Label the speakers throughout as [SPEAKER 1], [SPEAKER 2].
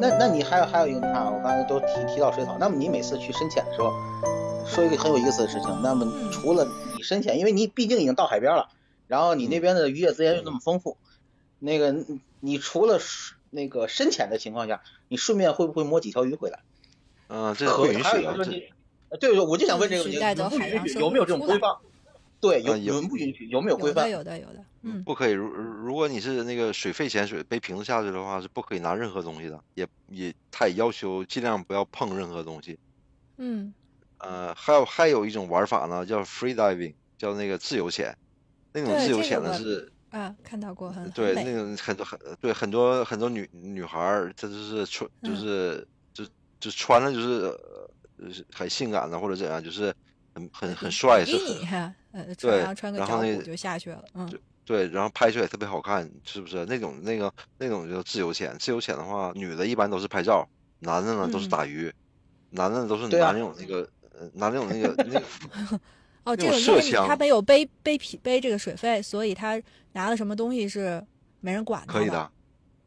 [SPEAKER 1] 那那你还有还有一个啊，我刚才都提提到水草，那么你每次去深潜的时候，说一个很有意思的事情，那么
[SPEAKER 2] 嗯
[SPEAKER 1] 除了你深潜，因为你毕竟已经到海边了，然后你
[SPEAKER 2] 嗯
[SPEAKER 1] 那边的渔业资源又那么丰富，那个你你除了水那个深潜的情况下，你顺便会不会摸几条鱼回来？
[SPEAKER 3] 嗯，
[SPEAKER 2] 呃
[SPEAKER 3] 这
[SPEAKER 1] 可
[SPEAKER 3] 不允
[SPEAKER 1] 还有
[SPEAKER 3] 许
[SPEAKER 1] 一个
[SPEAKER 3] 的。
[SPEAKER 1] 问
[SPEAKER 3] 这
[SPEAKER 1] 题，呃对，我就想问这个问
[SPEAKER 2] 取
[SPEAKER 1] 题，
[SPEAKER 2] 代
[SPEAKER 1] 你
[SPEAKER 2] 的
[SPEAKER 1] 们不
[SPEAKER 2] 海洋
[SPEAKER 1] 允许
[SPEAKER 2] 生
[SPEAKER 1] 有没有这种
[SPEAKER 2] 物
[SPEAKER 1] 规
[SPEAKER 2] 出来
[SPEAKER 1] 范？对，有
[SPEAKER 3] 嗯
[SPEAKER 1] 你
[SPEAKER 3] 有
[SPEAKER 1] 们不允许，有没有规
[SPEAKER 2] 有的
[SPEAKER 1] 范？
[SPEAKER 2] 有的有的，嗯，
[SPEAKER 3] 不可以，如如果你是那个水肺潜水背瓶子下去的话，是不可以拿任何东西的，也也他也要求尽量不要碰任何东西。
[SPEAKER 2] 嗯，
[SPEAKER 3] 呃，还有还有一种玩法呢，叫 free diving，叫那个自由潜。那种
[SPEAKER 2] 对
[SPEAKER 3] 自由
[SPEAKER 2] 这个
[SPEAKER 3] 潜呢
[SPEAKER 2] 我
[SPEAKER 3] 是，
[SPEAKER 2] 啊，看到过，很很
[SPEAKER 3] 对，那
[SPEAKER 2] 美，
[SPEAKER 3] 种很多很对很多很多女女孩儿，她就是穿就
[SPEAKER 2] 嗯
[SPEAKER 3] 是就就穿的就是呃就是很性感的或者怎样，就是很很很帅，
[SPEAKER 2] 比
[SPEAKER 3] 是
[SPEAKER 2] 嗯你
[SPEAKER 3] 很
[SPEAKER 2] 哈， 呃，穿
[SPEAKER 3] 对
[SPEAKER 2] 然后穿个
[SPEAKER 3] 然后
[SPEAKER 2] 脚
[SPEAKER 3] 那
[SPEAKER 2] 蹼就下去了，嗯，
[SPEAKER 3] 对，然后拍出来也特别好看，是不是？那种那个那种叫自由潜，自由潜的话，女的一般都是拍照，男的呢都是
[SPEAKER 2] 嗯
[SPEAKER 3] 打鱼，男的都是
[SPEAKER 1] 对啊
[SPEAKER 3] 拿那种那个呃拿那种那个 那个
[SPEAKER 2] 哦，
[SPEAKER 3] 那
[SPEAKER 2] 这
[SPEAKER 3] 种
[SPEAKER 2] 个因
[SPEAKER 3] 麝
[SPEAKER 2] 为你他
[SPEAKER 3] 香
[SPEAKER 2] 没有背背皮背这个水费，所以他拿了什么东西是没人管
[SPEAKER 3] 可
[SPEAKER 2] 他
[SPEAKER 3] 以
[SPEAKER 2] 的。
[SPEAKER 3] 的。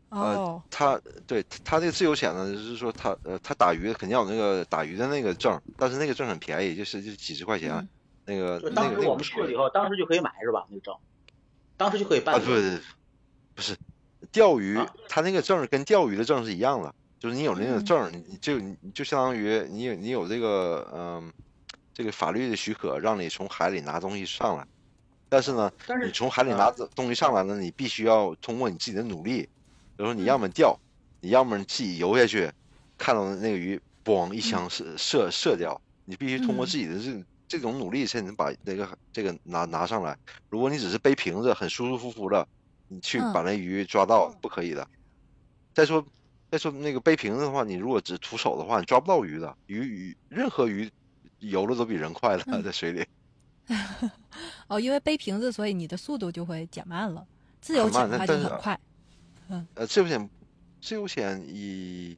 [SPEAKER 3] 呃
[SPEAKER 2] 哦，
[SPEAKER 3] 他对他这个自由潜呢，就是说他呃他打鱼肯定要有那个打鱼的那个证，但是那个证很便宜，就是就几十块钱，
[SPEAKER 2] 嗯
[SPEAKER 3] 那个
[SPEAKER 1] 就
[SPEAKER 3] 那
[SPEAKER 1] 当
[SPEAKER 3] 个
[SPEAKER 1] 时
[SPEAKER 3] 那个
[SPEAKER 1] 我
[SPEAKER 3] 无
[SPEAKER 1] 们去
[SPEAKER 3] 所
[SPEAKER 1] 了以
[SPEAKER 3] 谓
[SPEAKER 1] 后，当时就可以买是吧？那个证，当时就可以
[SPEAKER 3] 啊，
[SPEAKER 1] 办
[SPEAKER 3] 不
[SPEAKER 1] 是吧。
[SPEAKER 3] 是不是钓鱼
[SPEAKER 1] 啊，
[SPEAKER 3] 他那个证跟钓鱼的证是一样的，就是你有那个
[SPEAKER 2] 嗯
[SPEAKER 3] 证儿，你你就你就相当于你有你有这个嗯、这个法律的许可，让你从海里拿东西上来，但是呢，
[SPEAKER 1] 但
[SPEAKER 3] 你
[SPEAKER 1] 是
[SPEAKER 3] 从
[SPEAKER 2] 啊
[SPEAKER 3] 海里拿着东西上来呢，你必须要通过你自己的努力，比如说你要么钓，你要么自己游下去，看到那个鱼，咣一枪射射射掉，你必须通过
[SPEAKER 2] 嗯
[SPEAKER 3] 自己的这这种努力才能把那个这个拿拿上来。如果你只是背瓶子，很舒舒服服的，你去
[SPEAKER 2] 嗯
[SPEAKER 3] 把那鱼抓到，不可以的。再说再说那个背瓶子的话，你如果只徒手的话，你抓不到鱼的，鱼鱼任何鱼游的都比人快了，
[SPEAKER 2] 嗯
[SPEAKER 3] 在水里。
[SPEAKER 2] 哦，因为背瓶子，所以你的速度就会减慢了。自由
[SPEAKER 3] 很
[SPEAKER 2] 潜的话
[SPEAKER 3] 慢但
[SPEAKER 2] 就
[SPEAKER 3] 但是
[SPEAKER 2] 很快，
[SPEAKER 3] 呃，自由潜，自由潜以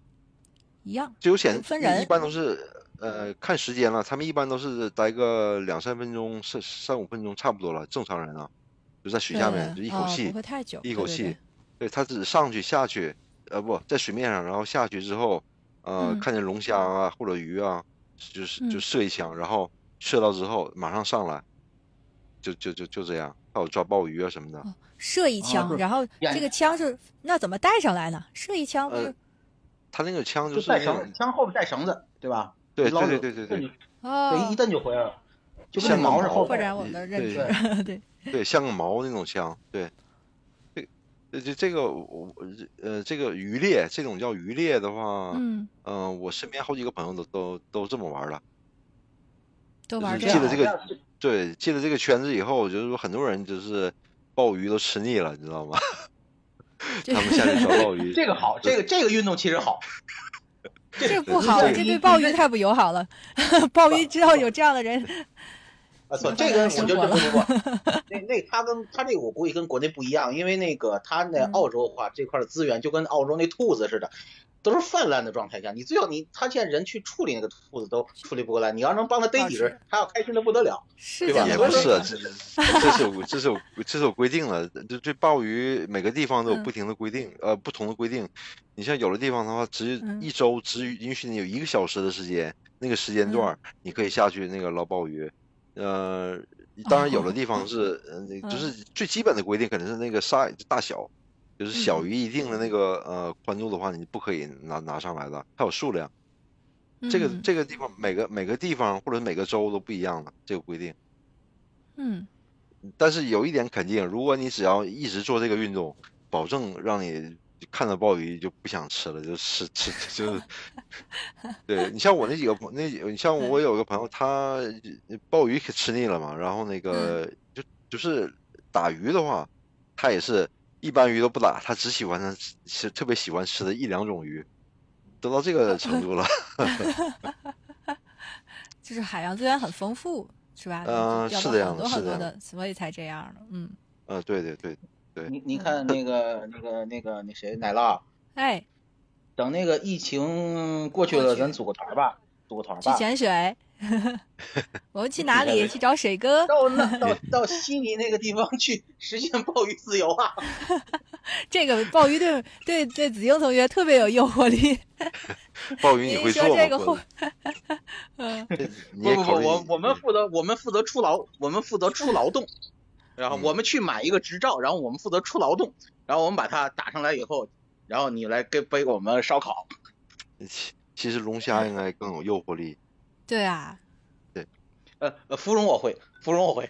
[SPEAKER 2] 一样。
[SPEAKER 3] 自由
[SPEAKER 2] 就
[SPEAKER 3] 潜
[SPEAKER 2] 分
[SPEAKER 3] 一
[SPEAKER 2] 人
[SPEAKER 3] 一般都是呃看时间了，他们一般都是待个两三分钟、三三五分钟差不多了。正常人啊，就在水
[SPEAKER 2] 对
[SPEAKER 3] 下面就一口
[SPEAKER 2] 哦，
[SPEAKER 3] 气
[SPEAKER 2] 不会太久。
[SPEAKER 3] 一
[SPEAKER 2] 对
[SPEAKER 3] 口
[SPEAKER 2] 对
[SPEAKER 3] 气，
[SPEAKER 2] 对，
[SPEAKER 3] 对他只上去下去，呃不在水面上，然后下去之后，呃
[SPEAKER 2] 嗯
[SPEAKER 3] 看见龙虾啊或者鱼啊，就是就
[SPEAKER 2] 嗯
[SPEAKER 3] 射一枪，然后射到之后马上上来，就就就就这样，还有抓鲍鱼啊什么的。
[SPEAKER 2] 哦，射一
[SPEAKER 1] 啊
[SPEAKER 2] 枪，
[SPEAKER 1] 就是
[SPEAKER 2] 然后
[SPEAKER 1] 呀
[SPEAKER 2] 这个枪是那怎么带上来呢？射一枪不
[SPEAKER 3] 呃
[SPEAKER 2] 是？
[SPEAKER 3] 他那个枪
[SPEAKER 1] 就
[SPEAKER 3] 就是
[SPEAKER 1] 带
[SPEAKER 3] 那
[SPEAKER 1] 绳，
[SPEAKER 3] 种，
[SPEAKER 1] 枪后边带绳子，对吧？
[SPEAKER 3] 对
[SPEAKER 1] 你捞
[SPEAKER 3] 对对
[SPEAKER 1] 着
[SPEAKER 3] 对对
[SPEAKER 1] 一
[SPEAKER 3] 对
[SPEAKER 1] 蹬就对，一
[SPEAKER 2] 哦，
[SPEAKER 1] 蹬就回来了，就跟
[SPEAKER 3] 像
[SPEAKER 1] 那
[SPEAKER 3] 个
[SPEAKER 1] 毛是
[SPEAKER 3] 毛
[SPEAKER 1] 后
[SPEAKER 2] 扩
[SPEAKER 1] 边
[SPEAKER 2] 展
[SPEAKER 1] 的。
[SPEAKER 2] 我们的认
[SPEAKER 3] 对
[SPEAKER 2] 知。 对，
[SPEAKER 3] 对，像个毛那种枪，对，这呃这这这个我我呃这个渔猎这种叫渔猎的话，嗯、
[SPEAKER 2] 嗯，
[SPEAKER 3] 我身边好几个朋友都都都这么玩儿的，
[SPEAKER 2] 都
[SPEAKER 3] 就
[SPEAKER 2] 玩
[SPEAKER 3] 是
[SPEAKER 2] 这
[SPEAKER 3] 进了
[SPEAKER 2] 个
[SPEAKER 3] 这
[SPEAKER 2] 了。
[SPEAKER 3] 个对进了这个圈子以后，就是说很多人就是鲍鱼都吃腻了，你知道吗？
[SPEAKER 2] 这
[SPEAKER 3] 他们 下去找鲍鱼，
[SPEAKER 1] 这个好，这个这个运动其实好，
[SPEAKER 2] 这
[SPEAKER 1] 这
[SPEAKER 2] 不好，
[SPEAKER 1] 对
[SPEAKER 2] 这
[SPEAKER 1] 你
[SPEAKER 2] 对
[SPEAKER 1] 你
[SPEAKER 2] 鲍
[SPEAKER 1] 这
[SPEAKER 2] 鱼太不友好了。 鲍鱼知道有这样的人，
[SPEAKER 1] 啊，错，
[SPEAKER 2] 你
[SPEAKER 1] 这
[SPEAKER 2] 发
[SPEAKER 1] 个我
[SPEAKER 2] 现
[SPEAKER 1] 觉
[SPEAKER 2] 生活
[SPEAKER 1] 得不不 不，那那他跟他这个我估计跟国内不一样，因为那个他那
[SPEAKER 2] 嗯
[SPEAKER 1] 澳洲的话，这块的资源就跟澳洲那兔子似的，都是泛滥的状态下，你最后你他现在人去处理那个兔子都处理不过来，你要能帮他逮几
[SPEAKER 2] 倒是
[SPEAKER 1] 只，他要开心的不得了。
[SPEAKER 2] 是
[SPEAKER 1] 对
[SPEAKER 2] 这
[SPEAKER 1] 吧
[SPEAKER 2] 么
[SPEAKER 3] 也
[SPEAKER 1] 我
[SPEAKER 3] 不
[SPEAKER 2] 回
[SPEAKER 1] 说
[SPEAKER 2] 事
[SPEAKER 3] 是
[SPEAKER 2] 儿
[SPEAKER 3] 啊，。这这 是有这是有这是有规定的，就对鲍鱼每个地方都有
[SPEAKER 2] 嗯
[SPEAKER 3] 不停的规定，呃，不同的规定。你像有的地方的话，只
[SPEAKER 2] 嗯
[SPEAKER 3] 一周只允许你有一个小时的时间，那个时间
[SPEAKER 2] 嗯
[SPEAKER 3] 段儿你可以下去那个捞鲍鱼。呃，当然有的地方是，呃，那 就
[SPEAKER 2] 哦嗯
[SPEAKER 3] 是最基本的规定肯定是那个 size 大小，就是小
[SPEAKER 2] 嗯
[SPEAKER 3] 于一定的那个呃宽度的话，你不可以拿拿上来的，还有数量。这个
[SPEAKER 2] 嗯
[SPEAKER 3] 这个地方每个每个地方或者每个州都不一样的这个规定。
[SPEAKER 2] 嗯，
[SPEAKER 3] 但是有一点肯定，如果你只要一直做这个运动，保证让你看到鲍鱼就不想吃了，就吃吃就是，对你像我那几个朋那几你像我有个朋友，他鲍鱼可吃腻了嘛，然后那个就就是打鱼的话，他也是一般鱼都不打，他只喜欢他吃特别喜欢吃的一两种鱼，都到这个程度了。
[SPEAKER 2] 就是海洋资源很丰富，是吧？
[SPEAKER 3] 嗯
[SPEAKER 2] 要
[SPEAKER 3] 是
[SPEAKER 2] 到
[SPEAKER 3] 这样
[SPEAKER 2] 很
[SPEAKER 3] 的
[SPEAKER 2] 多
[SPEAKER 3] 是
[SPEAKER 2] 很
[SPEAKER 3] 这
[SPEAKER 2] 多
[SPEAKER 3] 样的
[SPEAKER 2] 的，所以才这样的。嗯，
[SPEAKER 3] 呃，对对对，
[SPEAKER 1] 你你看那个那个那个那谁奶酪，
[SPEAKER 2] 哎，
[SPEAKER 1] 等那个疫情过去
[SPEAKER 2] 过
[SPEAKER 1] 了，
[SPEAKER 2] 去
[SPEAKER 1] 咱组个团儿吧，组个团儿
[SPEAKER 2] 去
[SPEAKER 1] 吧。
[SPEAKER 2] 潜水，我们去哪
[SPEAKER 1] 去
[SPEAKER 2] 里？
[SPEAKER 1] 潜水
[SPEAKER 2] 去找水 哥。
[SPEAKER 1] 到那到到悉尼那个地方去实现鲍鱼自由啊！
[SPEAKER 2] 这个鲍鱼对对对子英同学特别有诱惑力。
[SPEAKER 3] 鲍鱼
[SPEAKER 2] 您
[SPEAKER 3] 你
[SPEAKER 2] 一
[SPEAKER 3] 会
[SPEAKER 2] 说
[SPEAKER 3] 做
[SPEAKER 2] 这个会
[SPEAKER 3] 吗？，
[SPEAKER 2] 嗯，
[SPEAKER 3] 这你也
[SPEAKER 1] 不不不
[SPEAKER 3] 考虑，
[SPEAKER 1] 我我们负责我们负责出劳，我们负责出劳动，然后
[SPEAKER 3] 嗯
[SPEAKER 1] 我们去买一个执照，然后我们负责出劳动，然后我们把它打上来以后，然后你来给背我们烧烤。
[SPEAKER 3] 其其实龙虾应该更有诱惑力。
[SPEAKER 2] 对啊，
[SPEAKER 1] 呃，呃芙蓉我会，芙蓉我 会，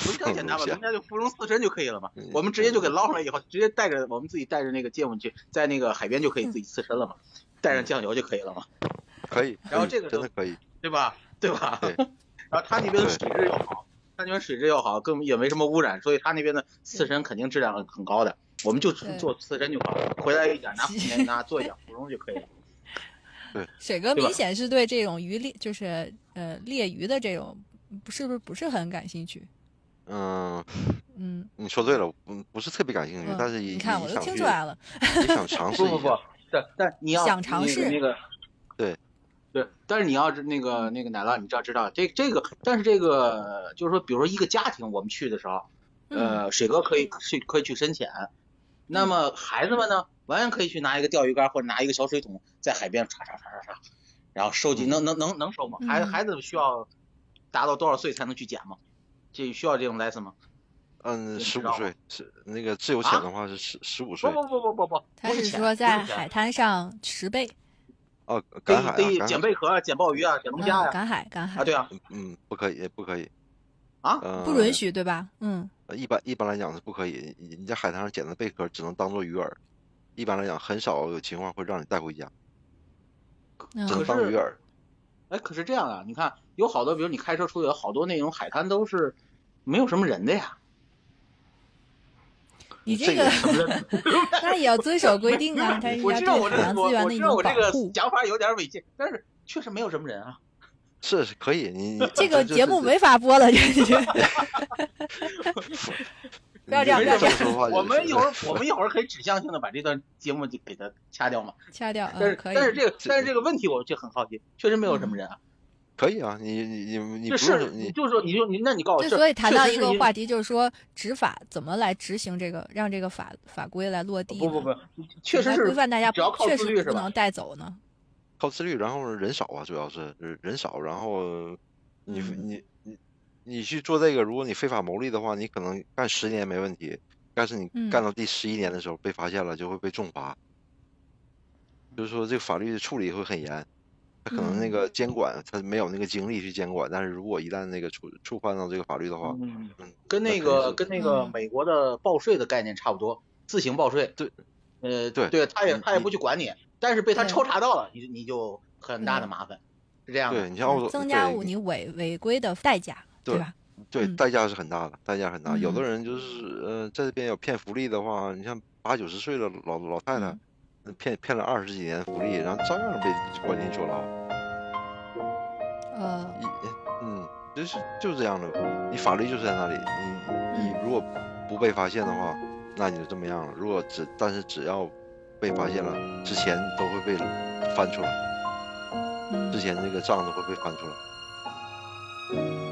[SPEAKER 1] 龙虾简单吧，
[SPEAKER 3] 龙
[SPEAKER 1] 龙
[SPEAKER 3] 虾
[SPEAKER 1] 虾就芙蓉刺身就可以了嘛
[SPEAKER 3] 嗯。
[SPEAKER 1] 我们直接就给捞上来以后，直接带着我们自己带着那个芥末去，在那个海边就可以自己刺身了嘛，带上酱油就可以了嘛，
[SPEAKER 3] 可以，
[SPEAKER 1] 然后
[SPEAKER 3] 可以
[SPEAKER 1] 这个
[SPEAKER 3] 真
[SPEAKER 1] 就
[SPEAKER 3] 的可以，
[SPEAKER 1] 对吧？对吧？
[SPEAKER 3] 对
[SPEAKER 1] 然后他那边的水质又好，他那边水质又好，更也没什么污染，所以他那边的刺身肯定质量很高的。我们就
[SPEAKER 2] 对
[SPEAKER 1] 做刺身就好了，回来一点拿普通拿做一点芙蓉就 可以了。
[SPEAKER 2] 水哥
[SPEAKER 1] 对吧
[SPEAKER 2] 明显是对这种鱼猎，就是呃猎鱼的这种，不是不是不是很感兴趣？
[SPEAKER 3] 嗯，
[SPEAKER 2] 嗯，
[SPEAKER 3] 你说对了，嗯，不是特别感兴趣
[SPEAKER 2] 嗯，
[SPEAKER 3] 但是也
[SPEAKER 2] 你看
[SPEAKER 3] 也
[SPEAKER 2] 我都
[SPEAKER 3] 想
[SPEAKER 2] 听
[SPEAKER 3] 去
[SPEAKER 2] 出来了，
[SPEAKER 3] 也想尝试
[SPEAKER 1] 不
[SPEAKER 3] 一下。
[SPEAKER 1] 不不，但但你要
[SPEAKER 2] 想尝试
[SPEAKER 1] 那个、那个
[SPEAKER 3] 对。
[SPEAKER 1] 对，但是你要是那个那个奶酪，你知道知道这这个，但是这个就是说，比如说一个家庭，我们去的时候，
[SPEAKER 2] 嗯，
[SPEAKER 1] 呃，水哥可以去可以去深潜，那么孩子们呢，完全可以去拿一个钓鱼竿或者拿一个小水桶，在海边唰唰唰唰唰，然后收集，能能能能收吗？孩子
[SPEAKER 2] 嗯
[SPEAKER 1] 孩子需要达到多少岁才能去捡吗？这需要这种 license 吗？
[SPEAKER 3] 嗯，
[SPEAKER 1] 你
[SPEAKER 3] 十
[SPEAKER 1] 知
[SPEAKER 3] 五
[SPEAKER 1] 道啊
[SPEAKER 3] 岁是那个自由潜的话是十十五岁
[SPEAKER 1] 不不不不不不，
[SPEAKER 2] 他
[SPEAKER 1] 不是
[SPEAKER 2] 是
[SPEAKER 1] 钱
[SPEAKER 2] 说在
[SPEAKER 1] 不是钱
[SPEAKER 2] 海滩上拾贝，
[SPEAKER 3] 哦，
[SPEAKER 1] 得
[SPEAKER 3] 赶海啊，
[SPEAKER 1] 得
[SPEAKER 3] 赶
[SPEAKER 1] 捡
[SPEAKER 3] 海，
[SPEAKER 1] 贝壳啊，捡鲍鱼啊，捡龙
[SPEAKER 2] 嗯
[SPEAKER 1] 虾呀
[SPEAKER 2] 赶海赶海
[SPEAKER 1] 啊，对啊
[SPEAKER 3] 嗯，不可以，不可以，
[SPEAKER 1] 啊，
[SPEAKER 3] 嗯，
[SPEAKER 2] 不允许对吧？嗯，
[SPEAKER 3] 呃。一般一般来讲是不可以，你你在海滩上捡的贝壳只能当做鱼饵，一般来讲很少有情况会让你带回家，
[SPEAKER 1] 可
[SPEAKER 3] 只能
[SPEAKER 1] 是
[SPEAKER 2] 嗯
[SPEAKER 3] 当鱼饵。
[SPEAKER 1] 哎，可是这样啊，你看有好多，比如你开车出去，有好多那种海滩都是没有什么人的呀，
[SPEAKER 2] 你这
[SPEAKER 3] 这个
[SPEAKER 2] 个 那也要遵守规定啊，它是
[SPEAKER 1] 我
[SPEAKER 2] 要
[SPEAKER 1] 知
[SPEAKER 2] 对
[SPEAKER 1] 道我
[SPEAKER 2] 海
[SPEAKER 1] 这
[SPEAKER 2] 洋
[SPEAKER 1] 我
[SPEAKER 2] 资源
[SPEAKER 1] 我
[SPEAKER 2] 的一
[SPEAKER 1] 知道
[SPEAKER 2] 种
[SPEAKER 1] 我这
[SPEAKER 2] 保
[SPEAKER 1] 个
[SPEAKER 2] 护。
[SPEAKER 1] 想法有点违禁，但是确实没有什么人啊。
[SPEAKER 3] 是是可以，你你
[SPEAKER 2] 这个
[SPEAKER 3] 就
[SPEAKER 2] 节目违法播了，这 这不要这样
[SPEAKER 3] 你
[SPEAKER 2] 不要这
[SPEAKER 3] 么
[SPEAKER 2] 样
[SPEAKER 3] 说话 就
[SPEAKER 1] 我们
[SPEAKER 3] 是
[SPEAKER 1] 一会儿 我们一会儿可以指向性的把这段节目就给它掐掉嘛。
[SPEAKER 2] 掐掉，
[SPEAKER 1] 但
[SPEAKER 2] 嗯，
[SPEAKER 1] 是
[SPEAKER 2] 可以
[SPEAKER 1] 但。是哦这个
[SPEAKER 3] 这
[SPEAKER 1] 但是这个问题我就很好奇，确实没有什么人啊。
[SPEAKER 3] 可以啊，你你你你
[SPEAKER 1] 这
[SPEAKER 2] 嗯
[SPEAKER 3] 不
[SPEAKER 1] 事儿
[SPEAKER 3] 用你
[SPEAKER 1] 就是说你就你那你告诉我，
[SPEAKER 2] 对，
[SPEAKER 1] 这
[SPEAKER 2] 所以谈
[SPEAKER 1] 确
[SPEAKER 2] 到
[SPEAKER 1] 实
[SPEAKER 2] 一
[SPEAKER 1] 是
[SPEAKER 2] 个
[SPEAKER 1] 因
[SPEAKER 2] 话题，就是说执法怎么来执行这个，让这个法法规来落地。
[SPEAKER 1] 不不，不，确实
[SPEAKER 2] 来
[SPEAKER 1] 是
[SPEAKER 2] 规范大家
[SPEAKER 1] 只要，靠
[SPEAKER 2] 确
[SPEAKER 1] 自
[SPEAKER 2] 实
[SPEAKER 1] 律
[SPEAKER 2] 不
[SPEAKER 1] 是吧
[SPEAKER 2] 能带走呢。
[SPEAKER 3] 靠自律，然后人少啊，主要是人人少，然后你
[SPEAKER 2] 嗯
[SPEAKER 3] 你你你去做这个，如果你非法牟利的话，你可能干十年没问题，但是你
[SPEAKER 2] 嗯
[SPEAKER 3] 干到第十一年的时候被发现了，就会被重罚。就是说，这个法律的处理会很严，他可能那
[SPEAKER 2] 嗯
[SPEAKER 3] 个监管他没有那个精力去监管，但是如果一旦那个触触犯到这个法律的话，
[SPEAKER 1] 嗯
[SPEAKER 3] 嗯，
[SPEAKER 1] 跟那
[SPEAKER 3] 那肯定
[SPEAKER 1] 个
[SPEAKER 3] 是
[SPEAKER 1] 跟那个
[SPEAKER 2] 嗯
[SPEAKER 1] 美国的报税的概念差不多，自行报税。
[SPEAKER 3] 对，
[SPEAKER 1] 呃，
[SPEAKER 3] 对
[SPEAKER 1] 对，他也
[SPEAKER 3] 你
[SPEAKER 1] 他也
[SPEAKER 3] 你
[SPEAKER 1] 不去管你，但是被他
[SPEAKER 2] 对
[SPEAKER 1] 抽查到了，你你就很大的
[SPEAKER 2] 嗯
[SPEAKER 1] 麻烦，是这样的
[SPEAKER 3] 对。你像澳洲，
[SPEAKER 2] 增加
[SPEAKER 3] 对
[SPEAKER 2] 五你违违规的代价，
[SPEAKER 3] 对
[SPEAKER 2] 吧？
[SPEAKER 3] 对，
[SPEAKER 2] 嗯
[SPEAKER 3] 代价是很大的，代价很大。有的
[SPEAKER 2] 嗯
[SPEAKER 3] 人就是，呃，在这边有骗福利的话，你像八九十岁的老老太太
[SPEAKER 2] 嗯，
[SPEAKER 3] 呃骗骗了二十几年福利，然后照样被关进坐牢。
[SPEAKER 2] 呃，
[SPEAKER 3] 一，嗯，就是就是这样的，你法律就是在那里，你
[SPEAKER 2] 嗯
[SPEAKER 3] 你如果不被发现的话，那你就这么样了。如果只但是只要被发现了，之前都会被翻出来，
[SPEAKER 2] 嗯
[SPEAKER 3] 之前这个账都会被翻出来。
[SPEAKER 2] 嗯